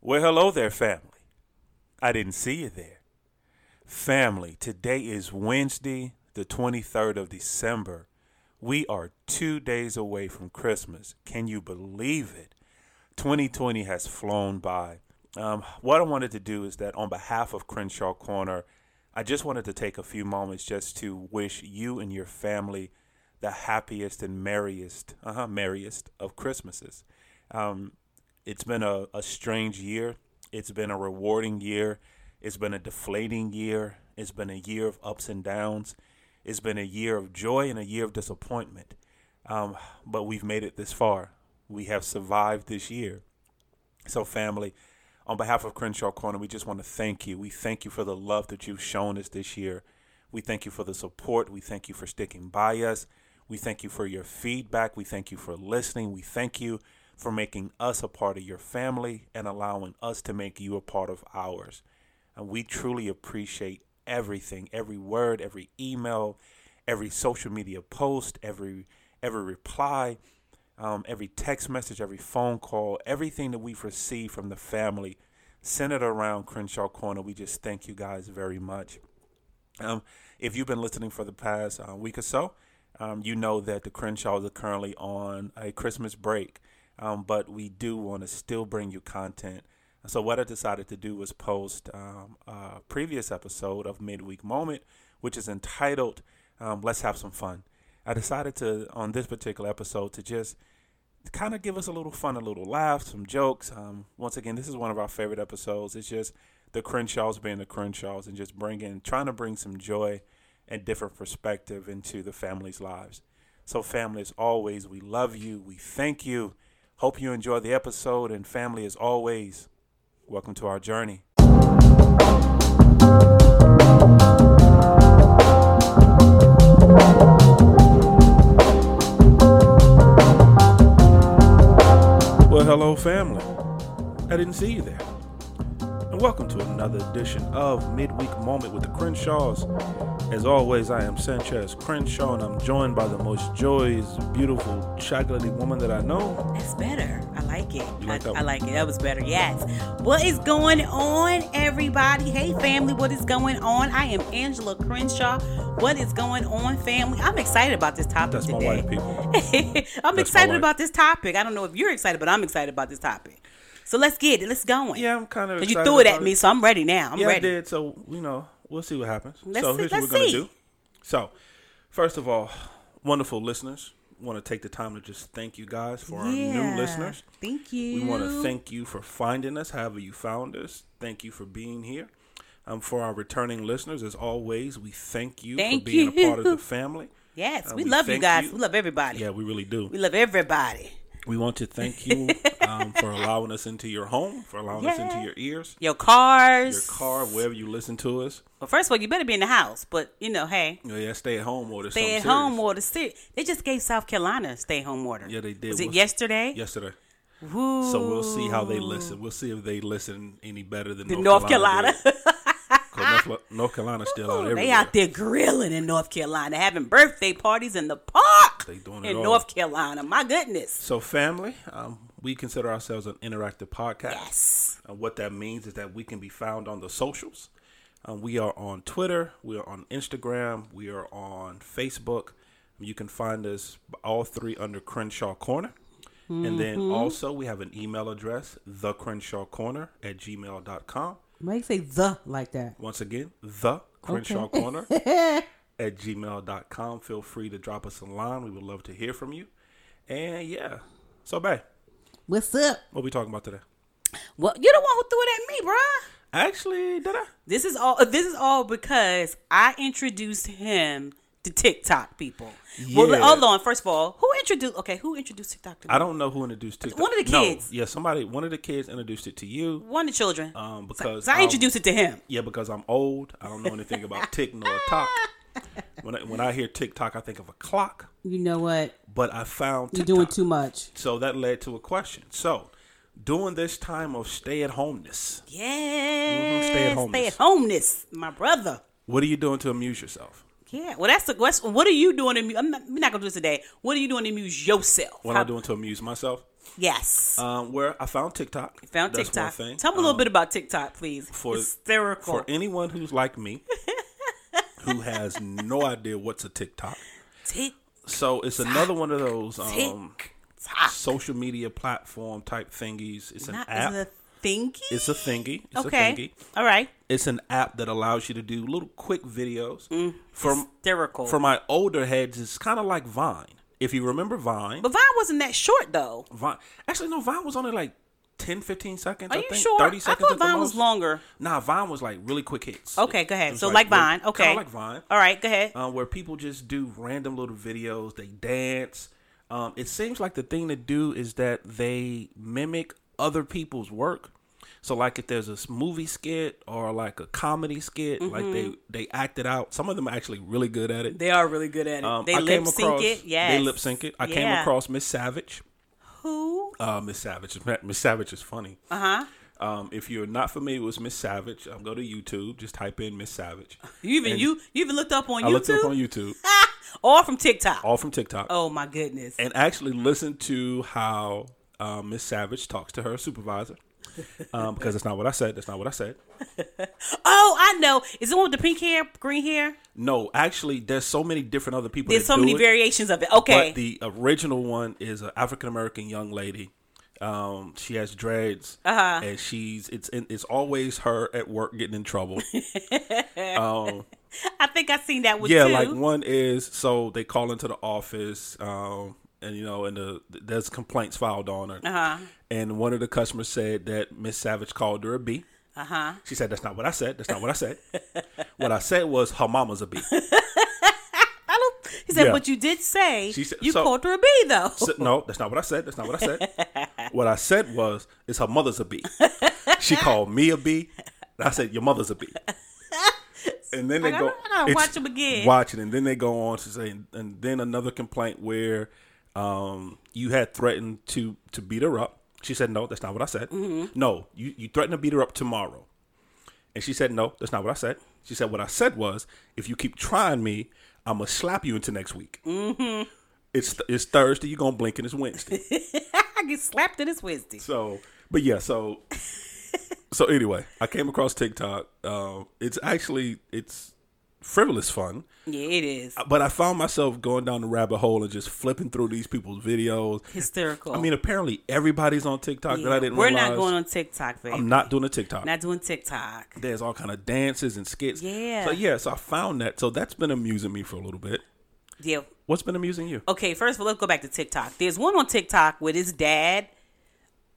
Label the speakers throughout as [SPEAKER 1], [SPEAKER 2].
[SPEAKER 1] Well, hello there, family. I didn't see you there. Family, today is Wednesday, the 23rd of December. We are two days away from Christmas. Can you believe it? 2020 has flown by. Um, what I wanted to do is that on behalf of Crenshaw Corner, I just wanted to take a few moments just to wish you and your family the happiest and merriest, uh-huh, merriest of Christmases. Um, it's been a, a strange year. It's been a rewarding year. It's been a deflating year. It's been a year of ups and downs. It's been a year of joy and a year of disappointment. Um, but we've made it this far. We have survived this year. So, family, on behalf of Crenshaw Corner, we just want to thank you. We thank you for the love that you've shown us this year. We thank you for the support. We thank you for sticking by us. We thank you for your feedback. We thank you for listening. We thank you for making us a part of your family and allowing us to make you a part of ours. And we truly appreciate everything, every word, every email, every social media post, every every reply, um, every text message, every phone call, everything that we've received from the family centered around Crenshaw Corner. We just thank you guys very much. Um, if you've been listening for the past uh, week or so, um, you know that the Crenshaws are currently on a Christmas break, um, but we do want to still bring you content. So what I decided to do was post um, a previous episode of Midweek Moment, which is entitled um, "Let's Have Some Fun." I decided to on this particular episode to just kind of give us a little fun, a little laugh, some jokes. Um, once again, this is one of our favorite episodes. It's just the Crenshaws being the Crenshaws and just bringing, trying to bring some joy and different perspective into the family's lives. So, family, as always, we love you. We thank you. Hope you enjoy the episode. And, family, as always, welcome to our journey. Well, hello, family. I didn't see you there. And welcome to another edition of Midweek Moment with the Crenshaws. As always, I am Sanchez Crenshaw, and I'm joined by the most joyous, beautiful, chocolatey woman that I know.
[SPEAKER 2] That's better. I like it.
[SPEAKER 1] You like
[SPEAKER 2] I,
[SPEAKER 1] that
[SPEAKER 2] I
[SPEAKER 1] one?
[SPEAKER 2] like it. That was better. Yes. What is going on, everybody? Hey, family. What is going on? I am Angela Crenshaw. What is going on, family? I'm excited about this topic
[SPEAKER 1] That's my
[SPEAKER 2] today.
[SPEAKER 1] wife, people.
[SPEAKER 2] I'm
[SPEAKER 1] my
[SPEAKER 2] excited
[SPEAKER 1] wife.
[SPEAKER 2] about this topic. I don't know if you're excited, but I'm excited about this topic. So let's get it. Let's go.
[SPEAKER 1] Yeah, I'm kind of.
[SPEAKER 2] But you threw it at me, so I'm ready now. I'm
[SPEAKER 1] yeah,
[SPEAKER 2] ready.
[SPEAKER 1] I did. So you know, we'll see what happens.
[SPEAKER 2] Let's
[SPEAKER 1] so
[SPEAKER 2] see-
[SPEAKER 1] here's
[SPEAKER 2] let's
[SPEAKER 1] what we're
[SPEAKER 2] see.
[SPEAKER 1] gonna do. So, first of all, wonderful listeners, want to take the time to just thank you guys for our
[SPEAKER 2] Yeah.
[SPEAKER 1] new listeners.
[SPEAKER 2] Thank you.
[SPEAKER 1] We want to thank you for finding us, however you found us. Thank you for being here. Um, for our returning listeners, as always, we thank you
[SPEAKER 2] Thank
[SPEAKER 1] for being a part of
[SPEAKER 2] you.
[SPEAKER 1] the family.
[SPEAKER 2] Yes,
[SPEAKER 1] Uh,
[SPEAKER 2] we,
[SPEAKER 1] we
[SPEAKER 2] love you
[SPEAKER 1] thank
[SPEAKER 2] guys.
[SPEAKER 1] you.
[SPEAKER 2] We love everybody.
[SPEAKER 1] Yeah, we really do.
[SPEAKER 2] We love everybody.
[SPEAKER 1] We want to thank you um, for allowing us into your home, for allowing us into
[SPEAKER 2] Yeah.
[SPEAKER 1] your ears,
[SPEAKER 2] Your cars.
[SPEAKER 1] your car, wherever you listen to us.
[SPEAKER 2] Well, first of all, you better be in the house. But you know, hey,
[SPEAKER 1] You know, yeah, stay at home order.
[SPEAKER 2] stay
[SPEAKER 1] something
[SPEAKER 2] at
[SPEAKER 1] serious.
[SPEAKER 2] home order. Ser- they just gave South Carolina a stay home order.
[SPEAKER 1] Yeah, they did.
[SPEAKER 2] Was it
[SPEAKER 1] What's-
[SPEAKER 2] yesterday?
[SPEAKER 1] yesterday.
[SPEAKER 2] Woo.
[SPEAKER 1] So we'll see how they listen. We'll see if they listen any better than
[SPEAKER 2] In North Carolina.
[SPEAKER 1] did. 'Cause North, North Carolina's still out everywhere.
[SPEAKER 2] they out there grilling in North Carolina, having birthday parties in the park
[SPEAKER 1] They doing it
[SPEAKER 2] in
[SPEAKER 1] all.
[SPEAKER 2] North Carolina. My goodness.
[SPEAKER 1] So, family, um, we consider ourselves an interactive podcast.
[SPEAKER 2] Yes.
[SPEAKER 1] And what that means is that we can be found on the socials. Um, we are on Twitter, we are on Instagram, we are on Facebook. You can find us all three under Crenshaw Corner. And then also, we have an email address, the Crenshaw Corner at gmail.com.
[SPEAKER 2] Why you say the like that?
[SPEAKER 1] Once again, the Crenshaw Corner at gmail.com. Feel free to drop us a line. We would love to hear from you. And yeah. So, babe,
[SPEAKER 2] What's up?
[SPEAKER 1] what we talking about today?
[SPEAKER 2] Well, you're the one who threw it at me, bruh.
[SPEAKER 1] Actually, did I?
[SPEAKER 2] This is all. This is all because I introduced him to TikTok people. Well,
[SPEAKER 1] Yeah.
[SPEAKER 2] hold on. First of all, who introduced? Okay, who introduced TikTok to me?
[SPEAKER 1] I don't know who introduced TikTok.
[SPEAKER 2] One of the
[SPEAKER 1] No,
[SPEAKER 2] kids.
[SPEAKER 1] yeah, somebody, one of the kids introduced it to you.
[SPEAKER 2] One of the children.
[SPEAKER 1] Um,
[SPEAKER 2] So-
[SPEAKER 1] because
[SPEAKER 2] so I
[SPEAKER 1] I'm-
[SPEAKER 2] introduced it to him.
[SPEAKER 1] Yeah, because I'm old. I don't know anything about tick nor tock. When I, when I hear TikTok, I think of a clock.
[SPEAKER 3] You know what?
[SPEAKER 1] But I found
[SPEAKER 3] You're
[SPEAKER 1] TikTok.
[SPEAKER 3] doing too much.
[SPEAKER 1] so that led to a question. So, during this time of stay at homeness,
[SPEAKER 2] Yes.
[SPEAKER 1] stay at homeness.
[SPEAKER 2] Stay at homeness, my brother.
[SPEAKER 1] what are you doing to amuse yourself?
[SPEAKER 2] Yeah. Well, that's the question. What are you doing? To, amu- I'm not, we're not gonna do this today. What are you doing to amuse yourself?
[SPEAKER 1] What
[SPEAKER 2] How-
[SPEAKER 1] am I doing to amuse myself?
[SPEAKER 2] Yes.
[SPEAKER 1] um, where I found TikTok.
[SPEAKER 2] Found
[SPEAKER 1] That's one
[SPEAKER 2] TikTok.
[SPEAKER 1] thing. Um,
[SPEAKER 2] Tell me a little bit about TikTok, please.
[SPEAKER 1] for-
[SPEAKER 2] Hysterical.
[SPEAKER 1] For anyone who's like me, who has no idea what's a TikTok,
[SPEAKER 2] TikTok.
[SPEAKER 1] so it's another one of those um, social media platform type thingies. It's an
[SPEAKER 2] Ah. Not
[SPEAKER 1] app.
[SPEAKER 2] is it a thingy.
[SPEAKER 1] it's a thingy. It's a
[SPEAKER 2] okay.
[SPEAKER 1] thingy.
[SPEAKER 2] All right.
[SPEAKER 1] It's an app that allows you to do little quick videos.
[SPEAKER 2] Mm.
[SPEAKER 1] From
[SPEAKER 2] Hysterical.
[SPEAKER 1] for my older heads, it's kind of like Vine. If you remember Vine,
[SPEAKER 2] but Vine wasn't that short though.
[SPEAKER 1] Vine actually no, Vine was only like 10, 15 seconds.
[SPEAKER 2] Are
[SPEAKER 1] I
[SPEAKER 2] you
[SPEAKER 1] think,
[SPEAKER 2] sure?
[SPEAKER 1] Thirty
[SPEAKER 2] I
[SPEAKER 1] seconds.
[SPEAKER 2] thought
[SPEAKER 1] at the
[SPEAKER 2] Vine was
[SPEAKER 1] most.
[SPEAKER 2] longer.
[SPEAKER 1] Nah, Vine was like really quick hits.
[SPEAKER 2] Okay, go ahead. So like Vine. Okay.
[SPEAKER 1] kind of like Vine,
[SPEAKER 2] All right, go ahead.
[SPEAKER 1] uh, where people just do random little videos. They dance. Um, it seems like the thing to do is that they mimic other people's work. So like if there's a s- movie skit or like a comedy skit, like they they act it out. Some of them are actually really good at it.
[SPEAKER 2] Mm-hmm. they are really good at it.
[SPEAKER 1] Um,
[SPEAKER 2] they
[SPEAKER 1] I
[SPEAKER 2] lip
[SPEAKER 1] came
[SPEAKER 2] sync
[SPEAKER 1] across,
[SPEAKER 2] it. Yes.
[SPEAKER 1] They lip sync it. I came
[SPEAKER 2] Yeah.
[SPEAKER 1] across Miss Savage.
[SPEAKER 2] who?
[SPEAKER 1] Uh, Miss Savage. is- Miss Savage is funny.
[SPEAKER 2] Uh huh.
[SPEAKER 1] Um, if you're not familiar with Miss Savage, um, go to YouTube. Just type in Miss Savage.
[SPEAKER 2] You even
[SPEAKER 1] And-
[SPEAKER 2] you you even looked up on
[SPEAKER 1] I
[SPEAKER 2] YouTube
[SPEAKER 1] looked it up on YouTube,
[SPEAKER 2] or from TikTok.
[SPEAKER 1] all from TikTok,
[SPEAKER 2] Oh my goodness.
[SPEAKER 1] and actually listen to how uh, Miss Savage talks to her supervisor. Um, because that's not what I said. That's not what I said.
[SPEAKER 2] Oh, I know. Is it one with the pink hair, green hair?
[SPEAKER 1] No, actually, there's so many different other people.
[SPEAKER 2] There's
[SPEAKER 1] that
[SPEAKER 2] so
[SPEAKER 1] do
[SPEAKER 2] many
[SPEAKER 1] it.
[SPEAKER 2] variations of it. Okay.
[SPEAKER 1] But the original one is an African American young lady. Um, she has dreads, uh-huh. and she's it's it's always her at work getting in trouble.
[SPEAKER 2] I think I seen that one
[SPEAKER 1] yeah,
[SPEAKER 2] too.
[SPEAKER 1] like one is so they call into the office, um, and you know, and the there's complaints filed on her. Uh-huh. And one of the customers said that Miss Savage called her a B. Uh huh. She said that's not what I said. That's not what I said. what I said was her mama's a B.
[SPEAKER 2] I don't he said,
[SPEAKER 1] Yeah.
[SPEAKER 2] but you did say
[SPEAKER 1] She said-
[SPEAKER 2] you
[SPEAKER 1] so-
[SPEAKER 2] called her a bee though.
[SPEAKER 1] So- no, that's not what I said. That's not what I said. what I said was, is her mother's a bee. She called me a bee. And I said, your mother's a bee. And then they
[SPEAKER 2] I
[SPEAKER 1] go,
[SPEAKER 2] gotta- I gotta
[SPEAKER 1] it's-
[SPEAKER 2] watch 'em again.
[SPEAKER 1] Watch it, and then they go on to say, and then another complaint where um, you had threatened to to beat her up. She said, no, that's not what I said.
[SPEAKER 2] Mm-hmm.
[SPEAKER 1] No, you you threatened to beat her up tomorrow. And she said, no, that's not what I said. She said, what I said was, if you keep trying me, I'm gonna slap you into next week.
[SPEAKER 2] Mm-hmm.
[SPEAKER 1] It's it's Thursday. You're gonna blink, and it's Wednesday.
[SPEAKER 2] I get slapped in this Wednesday.
[SPEAKER 1] So, but yeah, so so anyway, I came across TikTok. Um, it's actually it's frivolous fun,
[SPEAKER 2] Yeah, it is.
[SPEAKER 1] but I found myself going down the rabbit hole and just flipping through these people's videos.
[SPEAKER 2] Hysterical.
[SPEAKER 1] I mean, apparently everybody's on TikTok that I didn't.
[SPEAKER 2] We're
[SPEAKER 1] realize.
[SPEAKER 2] not going on TikTok, baby.
[SPEAKER 1] I'm not doing a TikTok.
[SPEAKER 2] not doing TikTok.
[SPEAKER 1] There's all kind of dances and skits.
[SPEAKER 2] Yeah.
[SPEAKER 1] So yeah, so I found that. So that's been amusing me for a little bit.
[SPEAKER 2] Yeah.
[SPEAKER 1] What's been amusing you?
[SPEAKER 2] Okay, first of all, let's go back to TikTok. There's one on TikTok with his dad.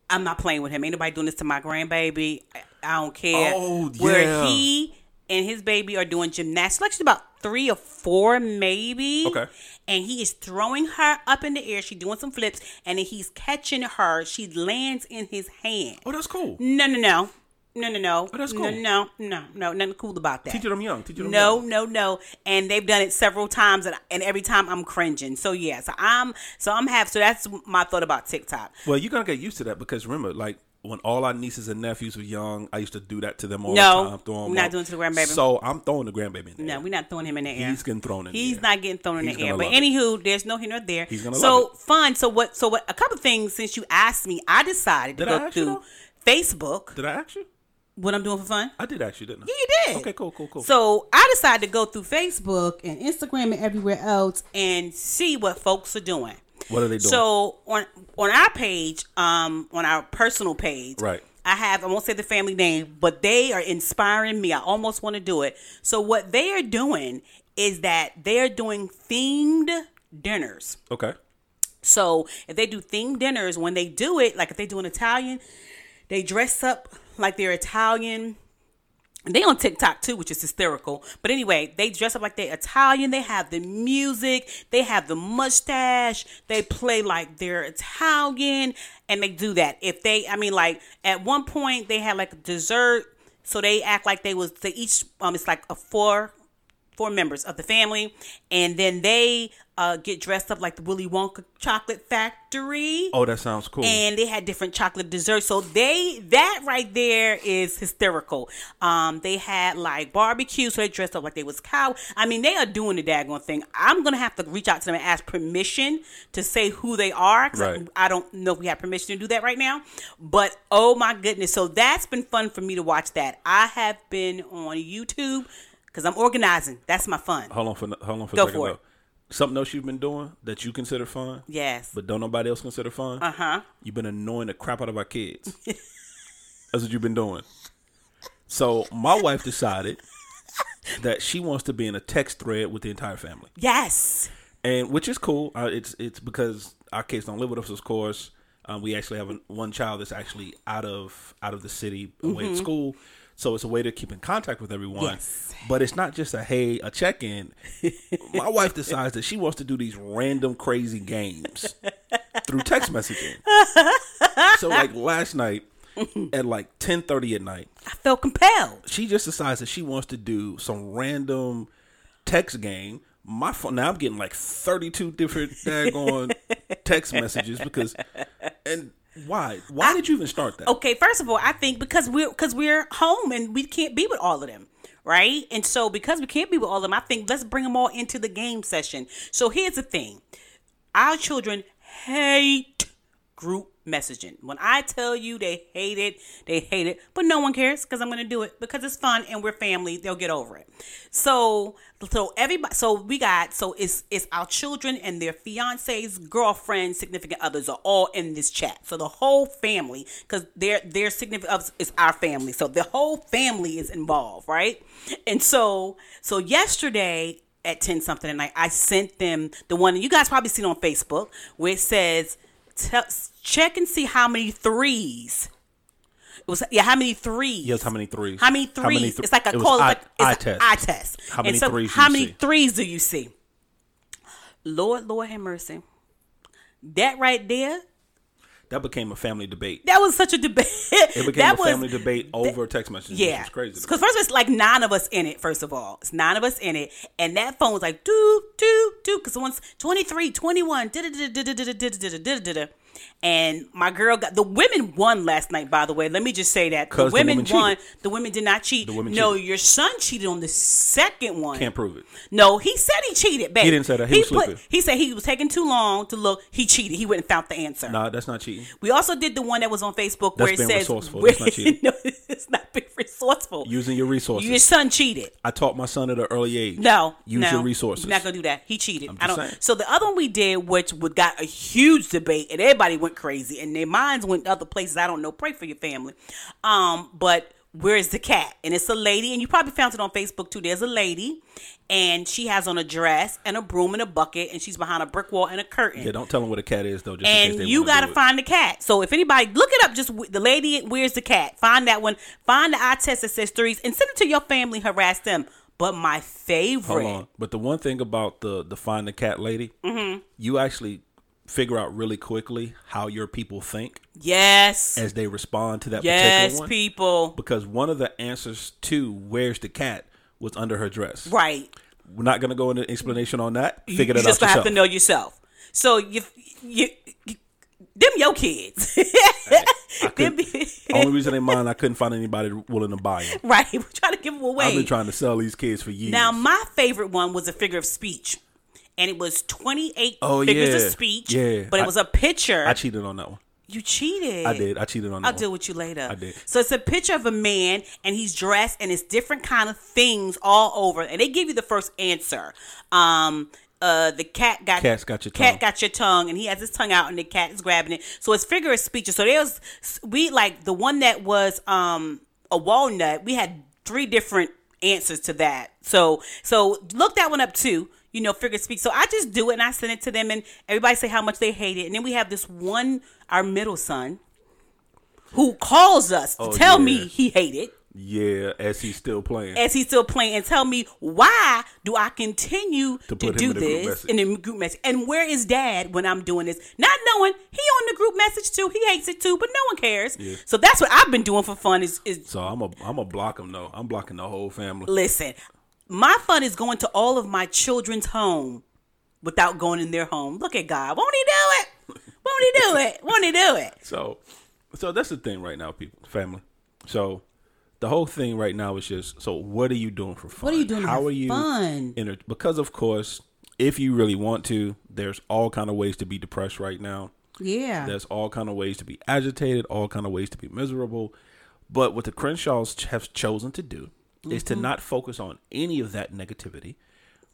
[SPEAKER 2] I'm not playing with him. Ain't nobody doing this to my grandbaby. I, I don't care.
[SPEAKER 1] Oh,
[SPEAKER 2] Where
[SPEAKER 1] yeah.
[SPEAKER 2] he and his baby are doing gymnastics, like she's about three or four, maybe.
[SPEAKER 1] Okay.
[SPEAKER 2] And he is throwing her up in the air. She's doing some flips, and then he's catching her. She lands in his hand.
[SPEAKER 1] Oh, that's cool.
[SPEAKER 2] No, no, no. No, no, no.
[SPEAKER 1] Oh, that's
[SPEAKER 2] No,
[SPEAKER 1] cool.
[SPEAKER 2] no, no, no. Nothing cool about that.
[SPEAKER 1] Teach it them young. Teach it them
[SPEAKER 2] No,
[SPEAKER 1] young.
[SPEAKER 2] no, no. And they've done it several times, and, and every time I'm cringing. So yeah, so I'm so I'm half. So that's my thought about TikTok.
[SPEAKER 1] Well, you're gonna get used to that because remember, like when all our nieces and nephews were young, I used to do that to them all
[SPEAKER 2] No,
[SPEAKER 1] the time. throw 'em
[SPEAKER 2] I'm not
[SPEAKER 1] up.
[SPEAKER 2] doing it to the grandbaby.
[SPEAKER 1] So I'm throwing the grandbaby in there.
[SPEAKER 2] No, we're not throwing him in the air.
[SPEAKER 1] He's getting thrown in the
[SPEAKER 2] He's
[SPEAKER 1] air.
[SPEAKER 2] not getting thrown in
[SPEAKER 1] He's
[SPEAKER 2] the air.
[SPEAKER 1] gonna
[SPEAKER 2] But
[SPEAKER 1] love it.
[SPEAKER 2] anywho, there's no here nor there.
[SPEAKER 1] He's gonna
[SPEAKER 2] so
[SPEAKER 1] love it.
[SPEAKER 2] fun. So what? So what? A couple things since you asked me, I decided to
[SPEAKER 1] Did I
[SPEAKER 2] go
[SPEAKER 1] ask you
[SPEAKER 2] through Facebook.
[SPEAKER 1] Did I ask you?
[SPEAKER 2] What I'm doing for fun.
[SPEAKER 1] I did ask you, didn't I?
[SPEAKER 2] You did.
[SPEAKER 1] Okay, cool, cool, cool.
[SPEAKER 2] So I decided to go through Facebook and Instagram and everywhere else and see what folks are doing.
[SPEAKER 1] what are they doing?
[SPEAKER 2] So on on our page, um, on our personal page,
[SPEAKER 1] Right.
[SPEAKER 2] I have I won't say the family name, but they are inspiring me. I almost want to do it. So what they are doing is that they are doing themed dinners.
[SPEAKER 1] okay.
[SPEAKER 2] So if they do themed dinners, when they do it, like if they do an Italian, they dress up like they're Italian. And They on TikTok too, which is hysterical. But anyway, they dress up like they're Italian. They have the music. They have the mustache. They play like they're Italian, and they do that. If they, I mean, like at one point they had like dessert, so they act like they was. They each um, it's like a four four members of the family, and then they uh, get dressed up like the Willy Wonka chocolate factory.
[SPEAKER 1] Oh, that sounds cool.
[SPEAKER 2] And they had different chocolate desserts. So they that right there is hysterical. Um, they had like barbecue, so they dressed up like they was cow. I mean, they are doing the daggone thing. I'm gonna have to reach out to them and ask permission to say who they are. 'cause
[SPEAKER 1] Right.
[SPEAKER 2] I, I don't know if we have permission to do that right now. But oh my goodness, so that's been fun for me to watch. That I have been on YouTube because I'm organizing. That's my fun.
[SPEAKER 1] hold on for hold on for
[SPEAKER 2] Go
[SPEAKER 1] a second
[SPEAKER 2] for it.
[SPEAKER 1] though. Something else you've been doing that you consider fun,
[SPEAKER 2] Yes.
[SPEAKER 1] but don't nobody else consider fun. Uh
[SPEAKER 2] Uh-huh.
[SPEAKER 1] huh. You've been annoying the crap out of our kids. That's what you've been doing. So my wife decided that she wants to be in a text thread with the entire family.
[SPEAKER 2] yes.
[SPEAKER 1] and which is cool. Uh, it's it's because our kids don't live with us, of course. Um, we actually have an, one child that's actually out of out of the city, away at school, so it's a way to keep in contact with everyone.
[SPEAKER 2] Yes.
[SPEAKER 1] But it's not just a hey, a check in. My wife decides that she wants to do these random crazy games through text messaging. so like last night at like ten thirty at night,
[SPEAKER 2] I felt compelled.
[SPEAKER 1] she just decides that she wants to do some random text game. My phone now I'm getting like 32 different daggone text messages because and why? Why did you even start that?
[SPEAKER 2] Okay, first of all, I think because we're because we're home and we can't be with all of them, right? And so because we can't be with all of them, I think let's bring them all into the game session. So here's the thing: our children hate group messaging. When I tell you they hate it, they hate it, but no one cares because I'm gonna do it because it's fun and we're family. They'll get over it. So so everybody so we got so it's it's our children and their fiancés, girlfriends, significant others are all in this chat. So the whole family, because their their significant others is our family. So the whole family is involved, right? And so so yesterday at 10 something at night, I sent them the one you guys probably seen on Facebook where it says, tell, check and see how many threes. It was, yeah, how many threes?
[SPEAKER 1] Yes, how many threes?
[SPEAKER 2] How many threes?
[SPEAKER 1] How many thr-
[SPEAKER 2] it's like a
[SPEAKER 1] it was
[SPEAKER 2] call, it's
[SPEAKER 1] eye-
[SPEAKER 2] like, it's
[SPEAKER 1] eye
[SPEAKER 2] a
[SPEAKER 1] test.
[SPEAKER 2] eye test.
[SPEAKER 1] How
[SPEAKER 2] And
[SPEAKER 1] many
[SPEAKER 2] so
[SPEAKER 1] threes do
[SPEAKER 2] How
[SPEAKER 1] you
[SPEAKER 2] many
[SPEAKER 1] see?
[SPEAKER 2] threes do you see? Lord, Lord have mercy. That right there,
[SPEAKER 1] That became a family debate.
[SPEAKER 2] that was such a debate.
[SPEAKER 1] It became a
[SPEAKER 2] that was,
[SPEAKER 1] family debate over text messages.
[SPEAKER 2] Yeah,
[SPEAKER 1] It's crazy. to me.
[SPEAKER 2] Because first of all, it's like nine of us in it. First of all, it's nine of us in it, and that phone was like doo doo doo. Because once 23, 21, da da da da da da da da da da da. And my girl got the women won last night. By the way, let me just say that the
[SPEAKER 1] 'Cause the
[SPEAKER 2] women
[SPEAKER 1] women cheated.
[SPEAKER 2] won. The women did not cheat.
[SPEAKER 1] The women
[SPEAKER 2] no,
[SPEAKER 1] cheated.
[SPEAKER 2] your son cheated on the second one.
[SPEAKER 1] Can't prove it.
[SPEAKER 2] No, he said he cheated. Babe.
[SPEAKER 1] He didn't say that. He was
[SPEAKER 2] put-
[SPEAKER 1] sleeping.
[SPEAKER 2] He said he was taking too long to look. He cheated. He went and found the answer.
[SPEAKER 1] Nah, that's not cheating.
[SPEAKER 2] We also did the one that was on Facebook where it
[SPEAKER 1] being
[SPEAKER 2] says
[SPEAKER 1] resourceful.
[SPEAKER 2] Where,
[SPEAKER 1] That's not cheating.
[SPEAKER 2] no, it's not being resourceful.
[SPEAKER 1] Using your resources.
[SPEAKER 2] Your son cheated.
[SPEAKER 1] I taught my son at an early age.
[SPEAKER 2] No,
[SPEAKER 1] Use
[SPEAKER 2] no,
[SPEAKER 1] your resources.
[SPEAKER 2] You're not gonna do that. He cheated. I
[SPEAKER 1] just
[SPEAKER 2] don't.
[SPEAKER 1] saying.
[SPEAKER 2] So the other one we did, which would got a huge debate, and everybody went crazy, and their minds went other places. I don't know. Pray for your family. Um, but where's the cat? And it's a lady, and you probably found it on Facebook too. There's a lady, and she has on a dress and a broom and a bucket, and she's behind a brick wall and a curtain
[SPEAKER 1] yeah, don't tell them what a cat is though. Just in case
[SPEAKER 2] and
[SPEAKER 1] they
[SPEAKER 2] you
[SPEAKER 1] wanna
[SPEAKER 2] gotta
[SPEAKER 1] do it.
[SPEAKER 2] find the cat. So if anybody look it up, just w- the lady where's the cat? Find that one. Find the eye test that says threes and send it to your family. Harass them. But my favorite,
[SPEAKER 1] Hold on. But the one thing about the the find the cat lady,
[SPEAKER 2] Mm-hmm.
[SPEAKER 1] you actually figure out really quickly how your people think
[SPEAKER 2] yes,
[SPEAKER 1] as they respond to that
[SPEAKER 2] yes,
[SPEAKER 1] particular one.
[SPEAKER 2] people,
[SPEAKER 1] Because one of the answers to "Where's the cat" was under her dress.
[SPEAKER 2] right?
[SPEAKER 1] We're not gonna go into explanation on that.
[SPEAKER 2] You-
[SPEAKER 1] Figure
[SPEAKER 2] you
[SPEAKER 1] that
[SPEAKER 2] just
[SPEAKER 1] out
[SPEAKER 2] gonna
[SPEAKER 1] yourself.
[SPEAKER 2] have to know yourself. So you, you, you them your kids. Them-
[SPEAKER 1] Only reason in mind I couldn't find anybody willing to buy them.
[SPEAKER 2] right? We're trying to give them away.
[SPEAKER 1] I've been trying to sell these kids for years.
[SPEAKER 2] Now, my favorite one was a figure of speech, and it was twenty-eight
[SPEAKER 1] Oh,
[SPEAKER 2] figures
[SPEAKER 1] yeah.
[SPEAKER 2] of speech.
[SPEAKER 1] Yeah.
[SPEAKER 2] but it
[SPEAKER 1] I-
[SPEAKER 2] was a picture.
[SPEAKER 1] I cheated on that one.
[SPEAKER 2] you cheated.
[SPEAKER 1] I did. I cheated on that
[SPEAKER 2] I'll
[SPEAKER 1] one.
[SPEAKER 2] deal with you later. I
[SPEAKER 1] did.
[SPEAKER 2] So it's a picture of a man and he's dressed and it's different kind of things all over. And they give you the first answer. Um uh the cat got
[SPEAKER 1] Cat's got your
[SPEAKER 2] cat
[SPEAKER 1] tongue.
[SPEAKER 2] got your tongue and he has his tongue out and the cat is grabbing it. So it's figure of speech. So there's we like the one that was um a walnut, we had three different answers to that. So so look that one up too. You know, figure of speech. So I just do it and I send it to them, and everybody say how much they hate it. And then we have this one, our middle son, who calls us to
[SPEAKER 1] Oh,
[SPEAKER 2] tell
[SPEAKER 1] yeah.
[SPEAKER 2] me he hated
[SPEAKER 1] Yeah, as he's still playing.
[SPEAKER 2] as he's still playing and tell me why do I continue to,
[SPEAKER 1] put him
[SPEAKER 2] do
[SPEAKER 1] in the group
[SPEAKER 2] this
[SPEAKER 1] message.
[SPEAKER 2] in the group message and where is dad when I'm doing this not knowing he on the group message too he hates it too but no one cares so that's what I've been doing for fun is, is
[SPEAKER 1] so I'm a I'm a block them though. I'm blocking the whole family.
[SPEAKER 2] listen My fun is going to all of my children's home without going in their home. Look at God. Won't he do it? Won't he do it? Won't he do it?
[SPEAKER 1] So, so that's the thing right now, people, family. So, the whole thing right now is just so. What are you doing for fun?
[SPEAKER 2] What are you doing to
[SPEAKER 1] How
[SPEAKER 2] have
[SPEAKER 1] are you?
[SPEAKER 2] fun?
[SPEAKER 1] Enter- because of course, if you really want to, there's all kind of ways to be depressed right now.
[SPEAKER 2] Yeah.
[SPEAKER 1] There's all kind of ways to be agitated, all kind of ways to be miserable. But what the Crenshaws ch- have chosen to do is
[SPEAKER 2] Mm-hmm.
[SPEAKER 1] to not focus on any of that negativity.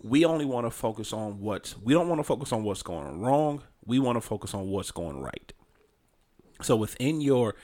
[SPEAKER 1] We only want to focus on what's we don't want to focus on what's going wrong. We want to focus on what's going right. So within your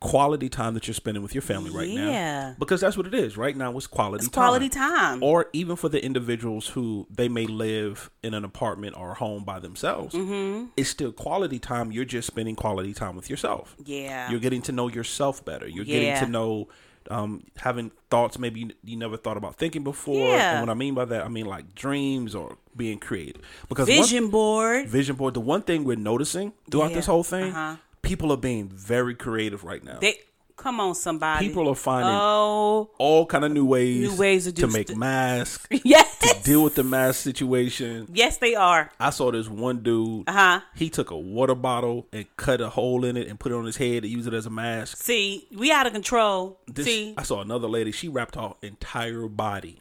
[SPEAKER 1] quality time that you're spending with your family right
[SPEAKER 2] Yeah.
[SPEAKER 1] now, because that's what it is right now. It's quality
[SPEAKER 2] It's quality time.
[SPEAKER 1] or even for the individuals who they may live in an apartment or a home by themselves,
[SPEAKER 2] Mm-hmm.
[SPEAKER 1] it's still quality time. You're just spending quality time with yourself.
[SPEAKER 2] Yeah.
[SPEAKER 1] You're getting to know yourself better. You're
[SPEAKER 2] Yeah.
[SPEAKER 1] getting to know um, having thoughts maybe you, you never thought about thinking before.
[SPEAKER 2] Yeah.
[SPEAKER 1] And what I mean by that, I mean like dreams or being creative. Because one-
[SPEAKER 2] Vision board.
[SPEAKER 1] vision board. The one thing we're noticing throughout
[SPEAKER 2] Yeah.
[SPEAKER 1] this whole thing,
[SPEAKER 2] Uh-huh.
[SPEAKER 1] people are being very creative right now.
[SPEAKER 2] They come on somebody.
[SPEAKER 1] people are finding
[SPEAKER 2] Oh,
[SPEAKER 1] all kind of new ways,
[SPEAKER 2] New ways to do
[SPEAKER 1] make
[SPEAKER 2] st-
[SPEAKER 1] masks,
[SPEAKER 2] yes.
[SPEAKER 1] deal with the mask situation.
[SPEAKER 2] Yes, they are.
[SPEAKER 1] I saw this one dude.
[SPEAKER 2] Uh-huh.
[SPEAKER 1] He took a water bottle and cut a hole in it and put it on his head to use it as a mask.
[SPEAKER 2] See, we out of control.
[SPEAKER 1] This,
[SPEAKER 2] See,
[SPEAKER 1] I saw another lady. She wrapped her entire body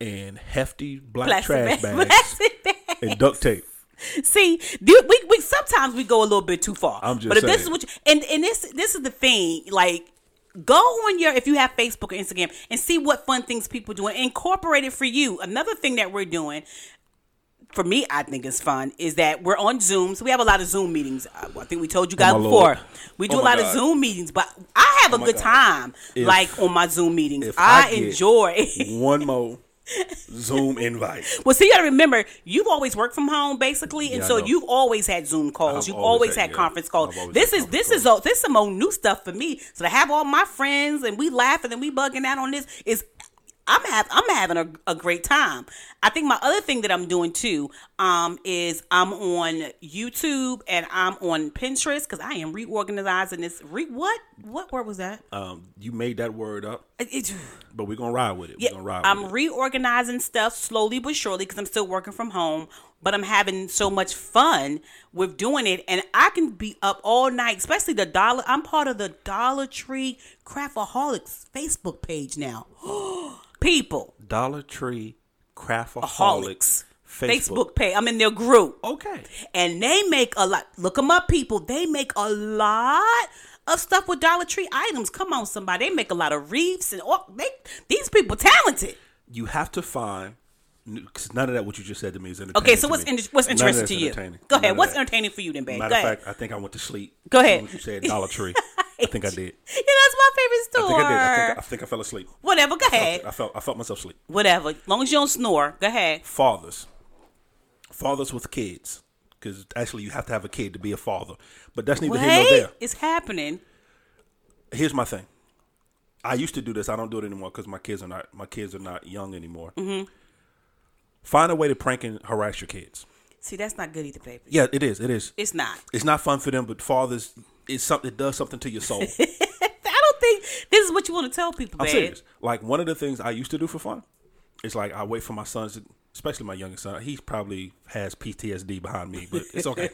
[SPEAKER 1] in hefty black trash
[SPEAKER 2] plastic bag.
[SPEAKER 1] bags
[SPEAKER 2] Plastic bag.
[SPEAKER 1] and duct tape.
[SPEAKER 2] See, the- we, we sometimes we go a little bit too far.
[SPEAKER 1] I'm just
[SPEAKER 2] but if this
[SPEAKER 1] saying.
[SPEAKER 2] is what you, and and this this is the thing, like. Go on your if you have Facebook or Instagram and see what fun things people doing. Incorporate it for you. Another thing that we're doing, for me, I think is fun is that we're on Zoom, so we have a lot of Zoom meetings. I I think we told you guys
[SPEAKER 1] my
[SPEAKER 2] before
[SPEAKER 1] Lord.
[SPEAKER 2] we
[SPEAKER 1] Oh
[SPEAKER 2] do a
[SPEAKER 1] my
[SPEAKER 2] lot of
[SPEAKER 1] God. Oh
[SPEAKER 2] Zoom meetings, but I have a good
[SPEAKER 1] God.
[SPEAKER 2] time
[SPEAKER 1] If-
[SPEAKER 2] like on my Zoom meetings.
[SPEAKER 1] if
[SPEAKER 2] I,
[SPEAKER 1] I get-
[SPEAKER 2] enjoy.
[SPEAKER 1] One more Zoom invite.
[SPEAKER 2] Well, see, you got to remember, you've always worked from home, basically, and
[SPEAKER 1] Yeah, I
[SPEAKER 2] so
[SPEAKER 1] know.
[SPEAKER 2] you've always had Zoom calls.
[SPEAKER 1] I've
[SPEAKER 2] you've always,
[SPEAKER 1] always
[SPEAKER 2] had,
[SPEAKER 1] had- yeah,
[SPEAKER 2] conference
[SPEAKER 1] I've
[SPEAKER 2] calls.
[SPEAKER 1] always
[SPEAKER 2] This
[SPEAKER 1] had
[SPEAKER 2] is this
[SPEAKER 1] conference
[SPEAKER 2] is all this some old new stuff for me. So to have all my friends and we laughing and we bugging out on this is, I'm have I'm having a, a great time. I think my other thing that I'm doing too, um, is I'm on YouTube and I'm on Pinterest because I am reorganizing this. Re what what word was that?
[SPEAKER 1] Um, you made that word up,
[SPEAKER 2] It- it-
[SPEAKER 1] but we're gonna ride with it.
[SPEAKER 2] yeah,
[SPEAKER 1] we're gonna ride
[SPEAKER 2] I'm
[SPEAKER 1] with it.
[SPEAKER 2] reorganizing stuff slowly but surely because I'm still working from home, but I'm having so much fun with doing it, and I can be up all night. Especially the dollar. I'm part of the Dollar Tree Craftaholics Facebook page now. People,
[SPEAKER 1] Dollar Tree
[SPEAKER 2] holics,
[SPEAKER 1] Craftaholics
[SPEAKER 2] Facebook. page. I'm in their group,
[SPEAKER 1] Okay.
[SPEAKER 2] and they make a lot. Look them up, people. They make a lot. Of stuff with Dollar Tree items. Come on, somebody. They make a lot of reefs and all. They, these people talented.
[SPEAKER 1] you have to find because none of that what you just said to me is entertaining.
[SPEAKER 2] Okay, so
[SPEAKER 1] to
[SPEAKER 2] what's
[SPEAKER 1] me.
[SPEAKER 2] in, what's
[SPEAKER 1] None of
[SPEAKER 2] interesting
[SPEAKER 1] that's
[SPEAKER 2] to you?
[SPEAKER 1] entertaining.
[SPEAKER 2] Go
[SPEAKER 1] None
[SPEAKER 2] ahead.
[SPEAKER 1] of
[SPEAKER 2] What's
[SPEAKER 1] that.
[SPEAKER 2] entertaining for you, then, babe?
[SPEAKER 1] Matter
[SPEAKER 2] Go
[SPEAKER 1] of
[SPEAKER 2] ahead.
[SPEAKER 1] fact, I think I went to sleep.
[SPEAKER 2] Go
[SPEAKER 1] as soon
[SPEAKER 2] ahead.
[SPEAKER 1] as You said Dollar Tree. I think I did.
[SPEAKER 2] You know, it's my favorite
[SPEAKER 1] I
[SPEAKER 2] store.
[SPEAKER 1] think I did. I think I, I think I fell asleep.
[SPEAKER 2] Whatever. Go
[SPEAKER 1] I
[SPEAKER 2] ahead.
[SPEAKER 1] felt I felt myself sleep.
[SPEAKER 2] Whatever. As long as you don't snore. Go ahead.
[SPEAKER 1] Fathers, fathers with kids, because actually you have to have a kid to be a father. But that's neither here nor
[SPEAKER 2] Wait,
[SPEAKER 1] there.
[SPEAKER 2] it's happening.
[SPEAKER 1] Here's my thing. I used to do this. I don't do it anymore because my kids are not my kids are not young anymore.
[SPEAKER 2] Mm-hmm.
[SPEAKER 1] Find a way to prank and harass your kids.
[SPEAKER 2] See, that's not good either, baby.
[SPEAKER 1] Yeah, it is. It is.
[SPEAKER 2] It's not.
[SPEAKER 1] it's not fun for them, but fathers, it's something. It does something to your soul.
[SPEAKER 2] I don't think this is what you want to tell people,
[SPEAKER 1] I'm
[SPEAKER 2] babe.
[SPEAKER 1] serious. Like one of the things I used to do for fun, it's like I wait for my sons, to, especially my youngest son. He probably has PTSD behind me, but it's okay.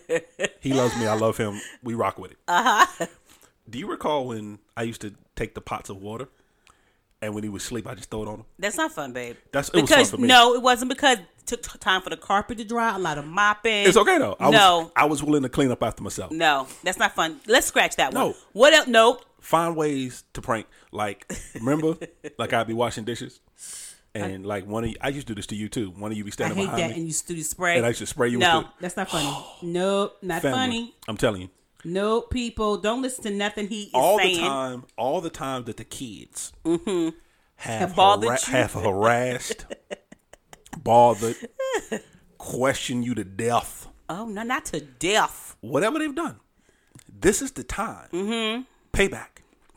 [SPEAKER 1] he loves me. I love him. We rock with it. Uh huh. Do you recall when I used to take the pots of water, and when he would sleep, I just throw it on him?
[SPEAKER 2] That's not fun, babe.
[SPEAKER 1] That's- it was
[SPEAKER 2] because
[SPEAKER 1] fun for me.
[SPEAKER 2] no, it wasn't because it took t- time for the carpet to dry, a lot of mopping.
[SPEAKER 1] It's okay though. I
[SPEAKER 2] no,
[SPEAKER 1] was, I was willing to clean up after myself.
[SPEAKER 2] no, that's not fun. Let's scratch that one.
[SPEAKER 1] No.
[SPEAKER 2] What else? No.
[SPEAKER 1] find ways to prank. Like, remember, like I'd be washing dishes, and like one of you, I used to do this to you too. One of you be
[SPEAKER 2] I
[SPEAKER 1] standing
[SPEAKER 2] hate
[SPEAKER 1] behind
[SPEAKER 2] that.
[SPEAKER 1] me.
[SPEAKER 2] And you studio spray.
[SPEAKER 1] And I should spray you with
[SPEAKER 2] No,
[SPEAKER 1] it.
[SPEAKER 2] that's not funny. nope, not
[SPEAKER 1] Family,
[SPEAKER 2] funny.
[SPEAKER 1] I'm telling you,
[SPEAKER 2] No, people, don't listen to nothing he is
[SPEAKER 1] all
[SPEAKER 2] saying. Mm-hmm.
[SPEAKER 1] the time, all the time that the kids have
[SPEAKER 2] Have bothered
[SPEAKER 1] hara-
[SPEAKER 2] you.
[SPEAKER 1] have harassed, bothered, question you to death.
[SPEAKER 2] Oh no, not to death. Mm-hmm.
[SPEAKER 1] Whatever they've done, this is the time. Payback.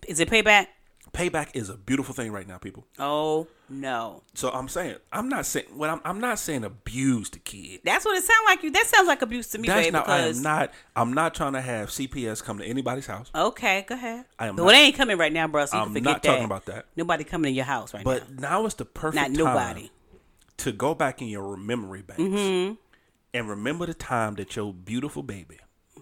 [SPEAKER 2] Is it payback?
[SPEAKER 1] Payback is a beautiful thing right now, people.
[SPEAKER 2] Oh no.
[SPEAKER 1] So I'm saying, I'm not saying, well, I'm, I'm not saying abuse the kid.
[SPEAKER 2] That's what it sounds like. You that sounds like abuse to me,
[SPEAKER 1] That's
[SPEAKER 2] babe.
[SPEAKER 1] not. I
[SPEAKER 2] because
[SPEAKER 1] am not. I'm not trying to have CPS come to anybody's house.
[SPEAKER 2] okay, go ahead.
[SPEAKER 1] I am
[SPEAKER 2] but
[SPEAKER 1] not-
[SPEAKER 2] it ain't coming right now, bro. So you
[SPEAKER 1] I'm
[SPEAKER 2] can forget
[SPEAKER 1] not
[SPEAKER 2] that.
[SPEAKER 1] talking about that.
[SPEAKER 2] Nobody coming in your house right
[SPEAKER 1] But now is the perfect
[SPEAKER 2] now. Not
[SPEAKER 1] time
[SPEAKER 2] nobody. Mm-hmm.
[SPEAKER 1] to go back in your memory banks and remember the time that your beautiful baby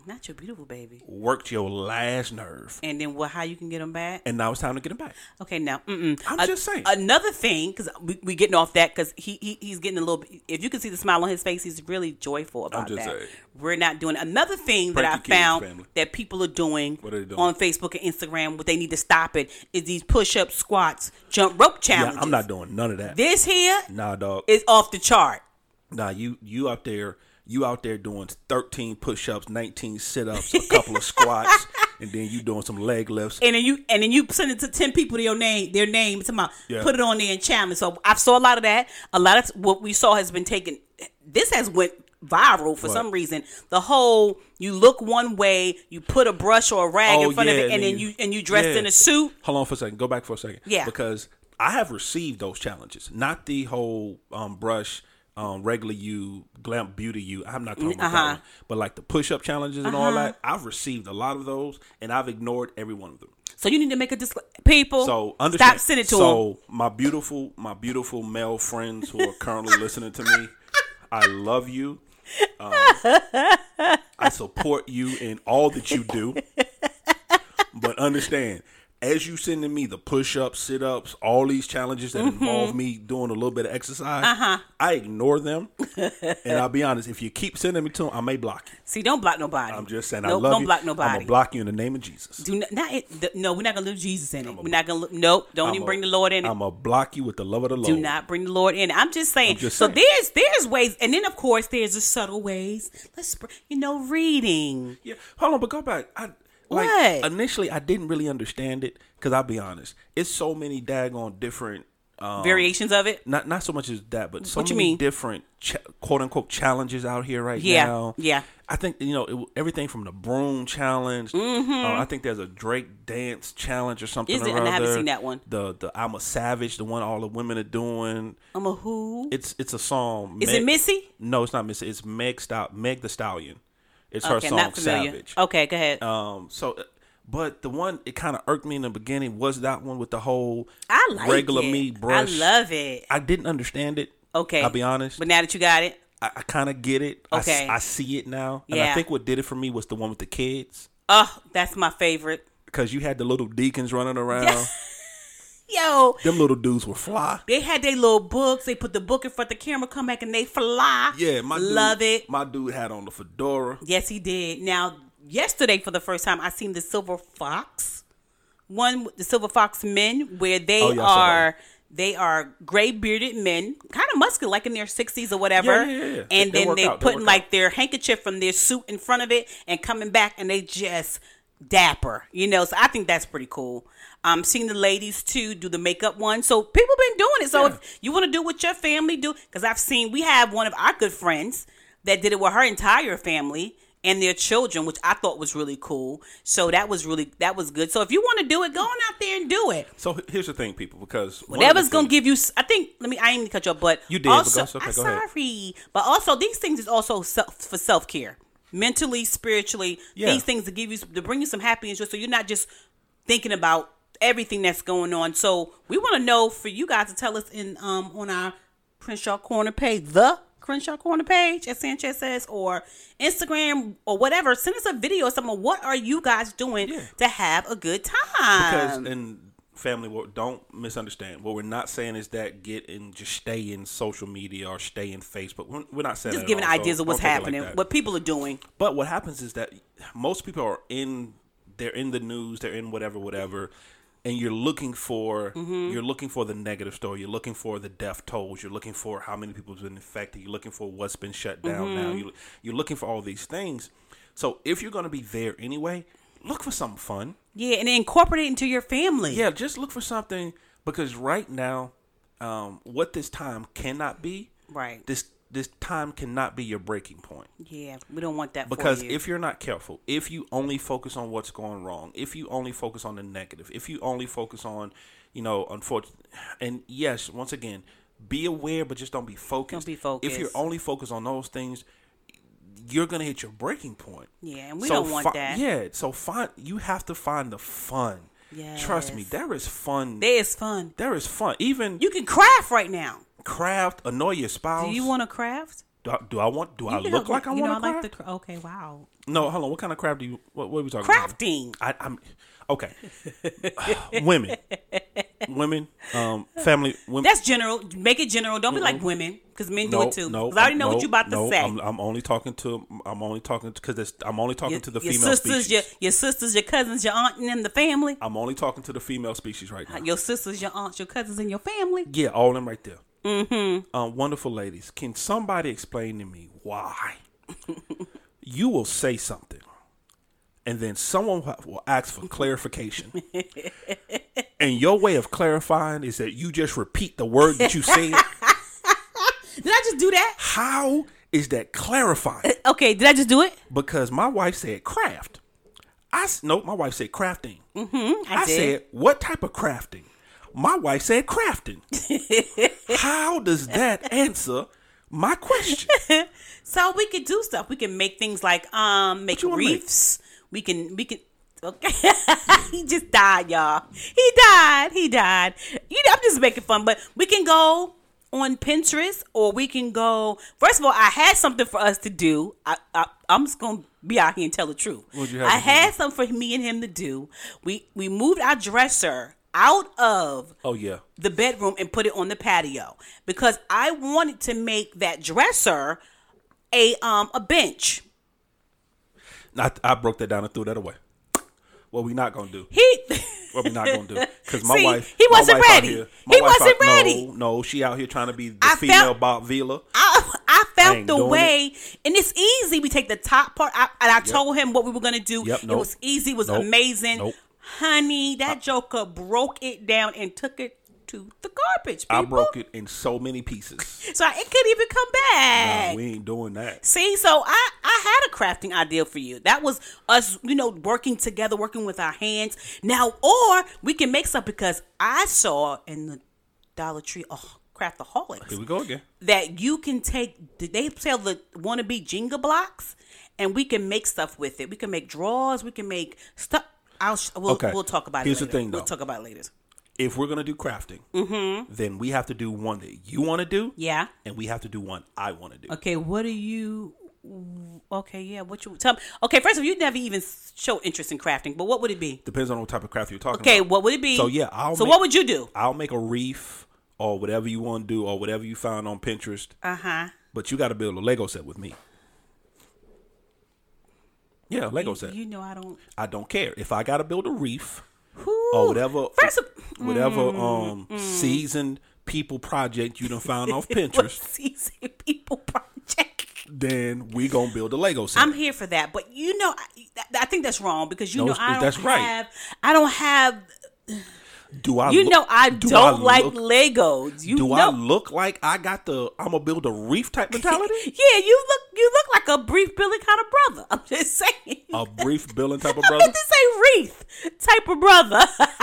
[SPEAKER 2] Not your beautiful baby.
[SPEAKER 1] worked your last nerve,
[SPEAKER 2] And then what? How you can get them back?
[SPEAKER 1] and now it's time to get him back.
[SPEAKER 2] Okay, now mm-mm.
[SPEAKER 1] I'm
[SPEAKER 2] A-
[SPEAKER 1] just saying.
[SPEAKER 2] Another thing, because we we getting off that because he, he he's getting a little. bit If you can see the smile on his face, he's really joyful about
[SPEAKER 1] just
[SPEAKER 2] that.
[SPEAKER 1] saying.
[SPEAKER 2] We're not doing another thing that
[SPEAKER 1] Prank
[SPEAKER 2] I
[SPEAKER 1] your kids,
[SPEAKER 2] found
[SPEAKER 1] family.
[SPEAKER 2] that people are doing,
[SPEAKER 1] What are they doing?
[SPEAKER 2] on Facebook and Instagram. What they need to stop it is these push up, squats, jump rope
[SPEAKER 1] Yeah,
[SPEAKER 2] challenges.
[SPEAKER 1] I'm not doing none of that.
[SPEAKER 2] This here
[SPEAKER 1] nah, dog.
[SPEAKER 2] is off the chart.
[SPEAKER 1] Nah, you you out there, you out there doing 13 push-ups, 19 sit-ups, a couple of squats, and then you doing some leg lifts.
[SPEAKER 2] and then you and then you send it to ten people to your name, their name, to my
[SPEAKER 1] Yeah.
[SPEAKER 2] put it on there and challenge. So I saw a lot of that. A lot of what we saw has been taken. This has went viral for some reason. The whole you look one way, you put a brush or a rag
[SPEAKER 1] Oh,
[SPEAKER 2] in front of it, and then you and you dressed
[SPEAKER 1] yeah.
[SPEAKER 2] in a suit.
[SPEAKER 1] Hold on for a second. Go back for a second.
[SPEAKER 2] Yeah.
[SPEAKER 1] Because I have received those challenges, not the whole um, brush, um, regular you, glam beauty you. I'm not talking about
[SPEAKER 2] Uh-huh.
[SPEAKER 1] that one, but like the push up challenges and all that. I've received a lot of those, and I've ignored every one of them.
[SPEAKER 2] So you need to make a disclaimer.
[SPEAKER 1] So
[SPEAKER 2] People, stop
[SPEAKER 1] understand.
[SPEAKER 2] sending it to them.
[SPEAKER 1] So my beautiful, my beautiful male friends who are currently listening to me, I love you. Um, I support you in all that you do. But understand, as you sending me the push-ups, sit-ups, all these challenges that
[SPEAKER 2] Mm-hmm.
[SPEAKER 1] involve me doing a little bit of exercise,
[SPEAKER 2] Uh-huh.
[SPEAKER 1] I ignore them. and I'll be honest, if you keep sending me to them, I may block you.
[SPEAKER 2] See, don't block nobody.
[SPEAKER 1] I'm just saying, I
[SPEAKER 2] Nope,
[SPEAKER 1] love
[SPEAKER 2] don't
[SPEAKER 1] you.
[SPEAKER 2] block
[SPEAKER 1] I'm
[SPEAKER 2] nobody.
[SPEAKER 1] gonna block you in the name of Jesus.
[SPEAKER 2] Do not, not it, the, no, we're not gonna leave Jesus in it. We're not gonna. look- Nope. Don't even bring the Lord in it.
[SPEAKER 1] I'm gonna block you with the love of the Lord.
[SPEAKER 2] do not bring the Lord in. I'm just saying.
[SPEAKER 1] Oh. just
[SPEAKER 2] so
[SPEAKER 1] saying.
[SPEAKER 2] there's there's ways, and then of course there's the subtle ways. Let's sp- you know reading.
[SPEAKER 1] Yeah, hold on, but go back. I like
[SPEAKER 2] What?
[SPEAKER 1] initially I didn't really understand it because I'll be honest, it's so many daggone different. Um,
[SPEAKER 2] Variations of it.
[SPEAKER 1] not not so much as that, but so
[SPEAKER 2] What you
[SPEAKER 1] many
[SPEAKER 2] mean?
[SPEAKER 1] different ch- quote unquote challenges out here right
[SPEAKER 2] Yeah,
[SPEAKER 1] now.
[SPEAKER 2] yeah.
[SPEAKER 1] I think you know it, everything from the broom challenge. uh, I think there's a Drake dance challenge or something.
[SPEAKER 2] Mm-hmm. Is
[SPEAKER 1] or
[SPEAKER 2] it? And I haven't
[SPEAKER 1] other.
[SPEAKER 2] seen that one.
[SPEAKER 1] The the I'm a savage, the one all the women are doing.
[SPEAKER 2] I'm a who?
[SPEAKER 1] It's it's a song.
[SPEAKER 2] Is it Missy?
[SPEAKER 1] No, it's not Missy. It's Meg Stout, Meg the Stallion. It's her
[SPEAKER 2] okay,
[SPEAKER 1] song
[SPEAKER 2] not familiar.
[SPEAKER 1] Savage.
[SPEAKER 2] Okay, go ahead.
[SPEAKER 1] Um, so, uh, but the one it kind of irked me in the beginning was that one with the whole
[SPEAKER 2] I like
[SPEAKER 1] regular
[SPEAKER 2] it.
[SPEAKER 1] me brush.
[SPEAKER 2] I love it.
[SPEAKER 1] I didn't understand it.
[SPEAKER 2] Okay,
[SPEAKER 1] I'll be honest.
[SPEAKER 2] But now that you got it,
[SPEAKER 1] I, I kind of get it. I s-
[SPEAKER 2] Okay.
[SPEAKER 1] I, see it now, and I
[SPEAKER 2] Yeah.
[SPEAKER 1] think what did it for me was the one with the kids
[SPEAKER 2] oh, that's my favorite.
[SPEAKER 1] because you had the little deacons running around.
[SPEAKER 2] Yo,
[SPEAKER 1] Them little dudes were fly.
[SPEAKER 2] they had their little books. They put the book in front of the camera, come back, and they fly.
[SPEAKER 1] Yeah, my dude-
[SPEAKER 2] love it.
[SPEAKER 1] My dude had on the fedora.
[SPEAKER 2] Yes, he did. Now, yesterday for the first time, I seen the Silver Fox one, with the Silver Fox men, where they
[SPEAKER 1] Oh, yeah, I saw that
[SPEAKER 2] are they are gray bearded men, kind of muscular, like in their sixties or
[SPEAKER 1] Yeah,
[SPEAKER 2] whatever.
[SPEAKER 1] yeah, yeah, yeah.
[SPEAKER 2] And
[SPEAKER 1] They- they
[SPEAKER 2] then
[SPEAKER 1] work
[SPEAKER 2] they
[SPEAKER 1] out, they
[SPEAKER 2] putting
[SPEAKER 1] work
[SPEAKER 2] like their handkerchief from their suit in front of it and coming back, and they just dapper, you know. So I think that's pretty cool. Um, seeing the ladies too do the makeup one. So people been doing it. So if you want to do what your family do, because I've seen we have one of our good friends that did it with her entire family and their children, which I thought was really cool. So that was really that was good. So if you want to do it, go on out there and do it.
[SPEAKER 1] So h- here's the thing, people, because one of the
[SPEAKER 2] Whatever's gonna
[SPEAKER 1] things-
[SPEAKER 2] give you, s- I think. Let me. I ain't cut your butt.
[SPEAKER 1] You did, but
[SPEAKER 2] Also,
[SPEAKER 1] go- okay,
[SPEAKER 2] I'm
[SPEAKER 1] go ahead.
[SPEAKER 2] sorry, but also these things is also self, for self care, mentally, spiritually.
[SPEAKER 1] Yeah.
[SPEAKER 2] These things to give you to bring you some happy and joy, so you're not just thinking about everything that's going on. So we want to know for you guys to tell us in um on our Crenshaw Corner page, the Crenshaw Corner page, as Sanchez says, or Instagram or whatever. Send us a video or something. What are you guys doing to have a good
[SPEAKER 1] because
[SPEAKER 2] time?
[SPEAKER 1] and family well, don't misunderstand what we're not saying is that get and just stay in social media or stay in facebook we're, we're not saying that
[SPEAKER 2] just
[SPEAKER 1] at
[SPEAKER 2] giving
[SPEAKER 1] all, so
[SPEAKER 2] ideas of what's
[SPEAKER 1] don't take it like
[SPEAKER 2] happening,
[SPEAKER 1] that.
[SPEAKER 2] what people are doing.
[SPEAKER 1] but what happens is that most people are in they're in the news they're in whatever whatever and you're looking for
[SPEAKER 2] Mm-hmm.
[SPEAKER 1] you're looking for the negative story you're looking for the death tolls you're looking for how many people's been infected you're looking for what's been shut down
[SPEAKER 2] Mm-hmm.
[SPEAKER 1] now you you're looking for all these things so if you're going to be there anyway look for something fun
[SPEAKER 2] Yeah, and incorporate it into your family.
[SPEAKER 1] Yeah, just look for something because right now, um, what this time cannot be,
[SPEAKER 2] Right.
[SPEAKER 1] This this time cannot be your breaking point.
[SPEAKER 2] Yeah, we don't want that for
[SPEAKER 1] Because
[SPEAKER 2] you.
[SPEAKER 1] if you're not careful, if you only focus on what's going wrong, if you only focus on the negative, if you only focus on, you know, unfortunate, and yes, once again, be aware, but just don't be focused.
[SPEAKER 2] be
[SPEAKER 1] If you're
[SPEAKER 2] focused.
[SPEAKER 1] only focused on those things, you're gonna hit your breaking point.
[SPEAKER 2] Yeah, and we don't want
[SPEAKER 1] fi-
[SPEAKER 2] that.
[SPEAKER 1] Yeah, so find you have to find the fun. Trust me,
[SPEAKER 2] Yes.
[SPEAKER 1] there is fun.
[SPEAKER 2] there is fun.
[SPEAKER 1] there is fun. Even
[SPEAKER 2] You can craft right now.
[SPEAKER 1] craft, annoy your spouse.
[SPEAKER 2] Do you want to craft?
[SPEAKER 1] Do I, do I want? Do I
[SPEAKER 2] You
[SPEAKER 1] look
[SPEAKER 2] know,
[SPEAKER 1] like I
[SPEAKER 2] you know,
[SPEAKER 1] want to
[SPEAKER 2] I like
[SPEAKER 1] craft?
[SPEAKER 2] the cra- okay. Wow,
[SPEAKER 1] No, hold on. What kind of crap do you? What, what are we talking
[SPEAKER 2] crafting.
[SPEAKER 1] about? I, I'm okay. women, women, um, family, women.
[SPEAKER 2] That's general. Make it general. Don't be like women, because men do it too.
[SPEAKER 1] No,
[SPEAKER 2] 'Cause I already
[SPEAKER 1] I'm-
[SPEAKER 2] know
[SPEAKER 1] no,
[SPEAKER 2] what you about to
[SPEAKER 1] no,
[SPEAKER 2] say.
[SPEAKER 1] I'm, I'm only talking to. I'm only talking because I'm only talking to the
[SPEAKER 2] your
[SPEAKER 1] female
[SPEAKER 2] sisters,
[SPEAKER 1] species.
[SPEAKER 2] your your sisters, your cousins, your aunt, and then the family.
[SPEAKER 1] I'm only talking to the female species right now.
[SPEAKER 2] Your sisters, your aunts, your cousins, and your family.
[SPEAKER 1] Yeah, all them right there. Mm-hmm. Um, wonderful ladies, can somebody explain to me why you will say something, and then someone will- will ask for clarification, and your way of clarifying is that you just repeat the word that you said.
[SPEAKER 2] Did I just do that?
[SPEAKER 1] How is that clarifying?
[SPEAKER 2] Okay, did I just do it?
[SPEAKER 1] Because my wife said craft. I s- nope. My wife said crafting.
[SPEAKER 2] I,
[SPEAKER 1] I
[SPEAKER 2] did.
[SPEAKER 1] said, what type of crafting? My wife said crafting. How does that answer my question?
[SPEAKER 2] So we could do stuff. We can make things like um make
[SPEAKER 1] you wanna make?
[SPEAKER 2] reefs. We can we can okay. he just died, y'all. He died. He died. You know, I'm just making fun, but we can go on Pinterest or we can go. First of all, I had something for us to do. I, I I'm just gonna be out here and tell the truth.
[SPEAKER 1] What'd you have
[SPEAKER 2] I
[SPEAKER 1] to do?
[SPEAKER 2] had something for me and him to do. We we moved our dresser out of
[SPEAKER 1] Oh yeah.
[SPEAKER 2] the bedroom and put it on the patio because I wanted to make that dresser a um a bench.
[SPEAKER 1] I, I broke that down and threw that away. What we not gonna do?
[SPEAKER 2] He
[SPEAKER 1] What we not gonna do? Because my
[SPEAKER 2] See,
[SPEAKER 1] wife,
[SPEAKER 2] he
[SPEAKER 1] my
[SPEAKER 2] wasn't
[SPEAKER 1] wife out
[SPEAKER 2] ready.
[SPEAKER 1] here- my
[SPEAKER 2] He
[SPEAKER 1] wife
[SPEAKER 2] wasn't
[SPEAKER 1] out-
[SPEAKER 2] ready.
[SPEAKER 1] No, no, she out here trying to be the
[SPEAKER 2] I
[SPEAKER 1] female
[SPEAKER 2] felt-
[SPEAKER 1] Bob Vila.
[SPEAKER 2] I I
[SPEAKER 1] I ain't
[SPEAKER 2] found the
[SPEAKER 1] doing
[SPEAKER 2] way, and it's easy. We take the top part, I, and I told him what we were gonna do.
[SPEAKER 1] Yep,
[SPEAKER 2] It
[SPEAKER 1] nope.
[SPEAKER 2] was easy. It was
[SPEAKER 1] Nope.
[SPEAKER 2] amazing,
[SPEAKER 1] Nope.
[SPEAKER 2] honey. That joker broke it down and took it to the garbage. People.
[SPEAKER 1] I broke it in so many pieces.
[SPEAKER 2] so it couldn't even come back.
[SPEAKER 1] Nah, we ain't doing that.
[SPEAKER 2] See, so I I had a crafting idea for you. That was us, you know, working together, working with our hands. Now, or we can make stuff because I saw in the Dollar Tree, oh,
[SPEAKER 1] Here
[SPEAKER 2] craftaholics,
[SPEAKER 1] we go again.
[SPEAKER 2] that you can take. Did they sell the wannabe Jenga blocks? And we can make stuff with it. We can make drawers. We can make stuff. I'll sh- we'll,
[SPEAKER 1] Okay.
[SPEAKER 2] we'll talk about
[SPEAKER 1] Here's the
[SPEAKER 2] it. Later.
[SPEAKER 1] thing,
[SPEAKER 2] We'll
[SPEAKER 1] though.
[SPEAKER 2] talk about it later.
[SPEAKER 1] If we're gonna do crafting, then we have to do one that you want to do,
[SPEAKER 2] Mm-hmm. Yeah.
[SPEAKER 1] and we have to do one I want to do.
[SPEAKER 2] Okay. What are you? Okay. Yeah. What you tell me? Okay. First of all, you never even show interest in crafting. But what would it be?
[SPEAKER 1] Depends on what type of craft you're talking
[SPEAKER 2] Okay,
[SPEAKER 1] about.
[SPEAKER 2] what would it be?
[SPEAKER 1] So, yeah, I'll
[SPEAKER 2] so
[SPEAKER 1] make-
[SPEAKER 2] what would you do?
[SPEAKER 1] I'll make a reef or whatever you want to do or whatever you find on Pinterest,
[SPEAKER 2] Uh huh.
[SPEAKER 1] but you got to build a Lego set with me. Yeah, a Lego set.
[SPEAKER 2] You know I don't.
[SPEAKER 1] I don't care if I got to build a reef
[SPEAKER 2] Who?
[SPEAKER 1] or Oh, whatever
[SPEAKER 2] First of Mm,
[SPEAKER 1] whatever um seasoned people project you done found off
[SPEAKER 2] what
[SPEAKER 1] Pinterest,
[SPEAKER 2] season people project.
[SPEAKER 1] then we going to build a Lego set.
[SPEAKER 2] I'm here for that, but you know, I, th- I think that's wrong because you
[SPEAKER 1] No,
[SPEAKER 2] know
[SPEAKER 1] it's-
[SPEAKER 2] I don't
[SPEAKER 1] that's right.
[SPEAKER 2] have. I don't have.
[SPEAKER 1] do I
[SPEAKER 2] You
[SPEAKER 1] look-
[SPEAKER 2] know I
[SPEAKER 1] do
[SPEAKER 2] don't like
[SPEAKER 1] look-
[SPEAKER 2] Legos. You
[SPEAKER 1] Do
[SPEAKER 2] know.
[SPEAKER 1] I look like I got the I'm going to build a reef type mentality?
[SPEAKER 2] yeah, you look. You look like a brief Billy kind of brother. I'm just saying.
[SPEAKER 1] a brief building type of
[SPEAKER 2] I meant
[SPEAKER 1] brother?
[SPEAKER 2] to say wreath type of brother.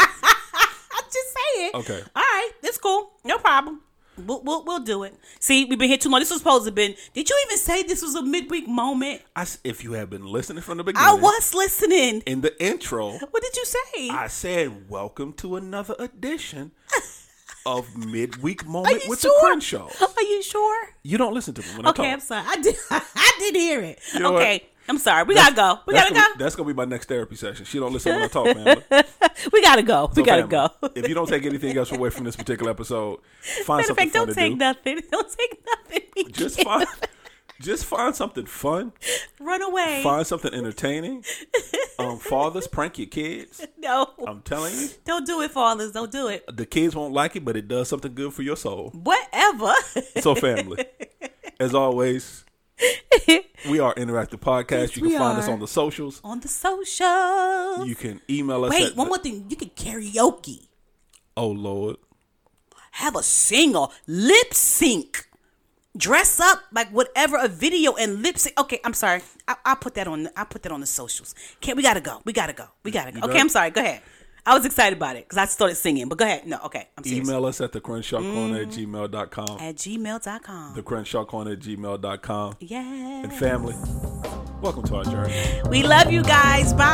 [SPEAKER 2] I'm just saying.
[SPEAKER 1] Okay.
[SPEAKER 2] All right, that's cool. No problem. We'll, we'll, we'll do it. See, we've been here too long. This was supposed to have been. Did you even say this was a midweek moment?
[SPEAKER 1] I s if you have been listening from the
[SPEAKER 2] I
[SPEAKER 1] beginning,
[SPEAKER 2] was listening.
[SPEAKER 1] in the intro,
[SPEAKER 2] What did you say?
[SPEAKER 1] I said, "Welcome to another edition of Midweek
[SPEAKER 2] Are
[SPEAKER 1] Moment
[SPEAKER 2] you
[SPEAKER 1] with
[SPEAKER 2] sure?
[SPEAKER 1] the Crenshaw."
[SPEAKER 2] Are you sure?
[SPEAKER 1] You don't listen to me when
[SPEAKER 2] Okay,
[SPEAKER 1] I
[SPEAKER 2] I'm
[SPEAKER 1] talk.
[SPEAKER 2] sorry. I did. I did hear it.
[SPEAKER 1] know what?
[SPEAKER 2] okay, I'm sorry. We gotta go. We
[SPEAKER 1] that's
[SPEAKER 2] gotta
[SPEAKER 1] gonna, be-
[SPEAKER 2] go.
[SPEAKER 1] That's gonna be my next therapy session. She don't listen when I talk, family. So
[SPEAKER 2] We gotta go. We gotta
[SPEAKER 1] family,
[SPEAKER 2] go.
[SPEAKER 1] if you don't take anything else away from this particular episode, find
[SPEAKER 2] Matter of
[SPEAKER 1] something
[SPEAKER 2] fact,
[SPEAKER 1] fun to
[SPEAKER 2] don't take
[SPEAKER 1] do.
[SPEAKER 2] nothing. Don't take nothing. We
[SPEAKER 1] Just
[SPEAKER 2] can't.
[SPEAKER 1] find, just find something fun.
[SPEAKER 2] Run away.
[SPEAKER 1] Find something entertaining. Um, fathers, prank your kids.
[SPEAKER 2] No.
[SPEAKER 1] I'm telling you,
[SPEAKER 2] Don't do it, fathers. Don't do it.
[SPEAKER 1] the kids won't like it, but it does something good for your soul.
[SPEAKER 2] Whatever.
[SPEAKER 1] So, family, as always, we are Interactive Podcast.
[SPEAKER 2] Yes,
[SPEAKER 1] you can
[SPEAKER 2] we
[SPEAKER 1] find us
[SPEAKER 2] are.
[SPEAKER 1] on the socials.
[SPEAKER 2] On the social.
[SPEAKER 1] You can email us.
[SPEAKER 2] Wait,
[SPEAKER 1] at
[SPEAKER 2] one
[SPEAKER 1] the-
[SPEAKER 2] more thing. You can karaoke.
[SPEAKER 1] Oh Lord,
[SPEAKER 2] Have a singer. Lip sync. dress up like whatever a video and lipstick. Okay, I'm sorry. I, I put that on. I put that on the socials. Can't we gotta go? We gotta go. We gotta go. Okay,
[SPEAKER 1] done?
[SPEAKER 2] I'm sorry. Go ahead. I was excited about it because I started singing. But go ahead. No, okay. I'm serious.
[SPEAKER 1] Email us at the Crenshaw Corner at
[SPEAKER 2] Mm.
[SPEAKER 1] gmail.com.
[SPEAKER 2] at gmail.com.
[SPEAKER 1] The Crenshaw Corner at gmail.com.
[SPEAKER 2] yeah.
[SPEAKER 1] And family, welcome to our journey.
[SPEAKER 2] We love you guys. Bye.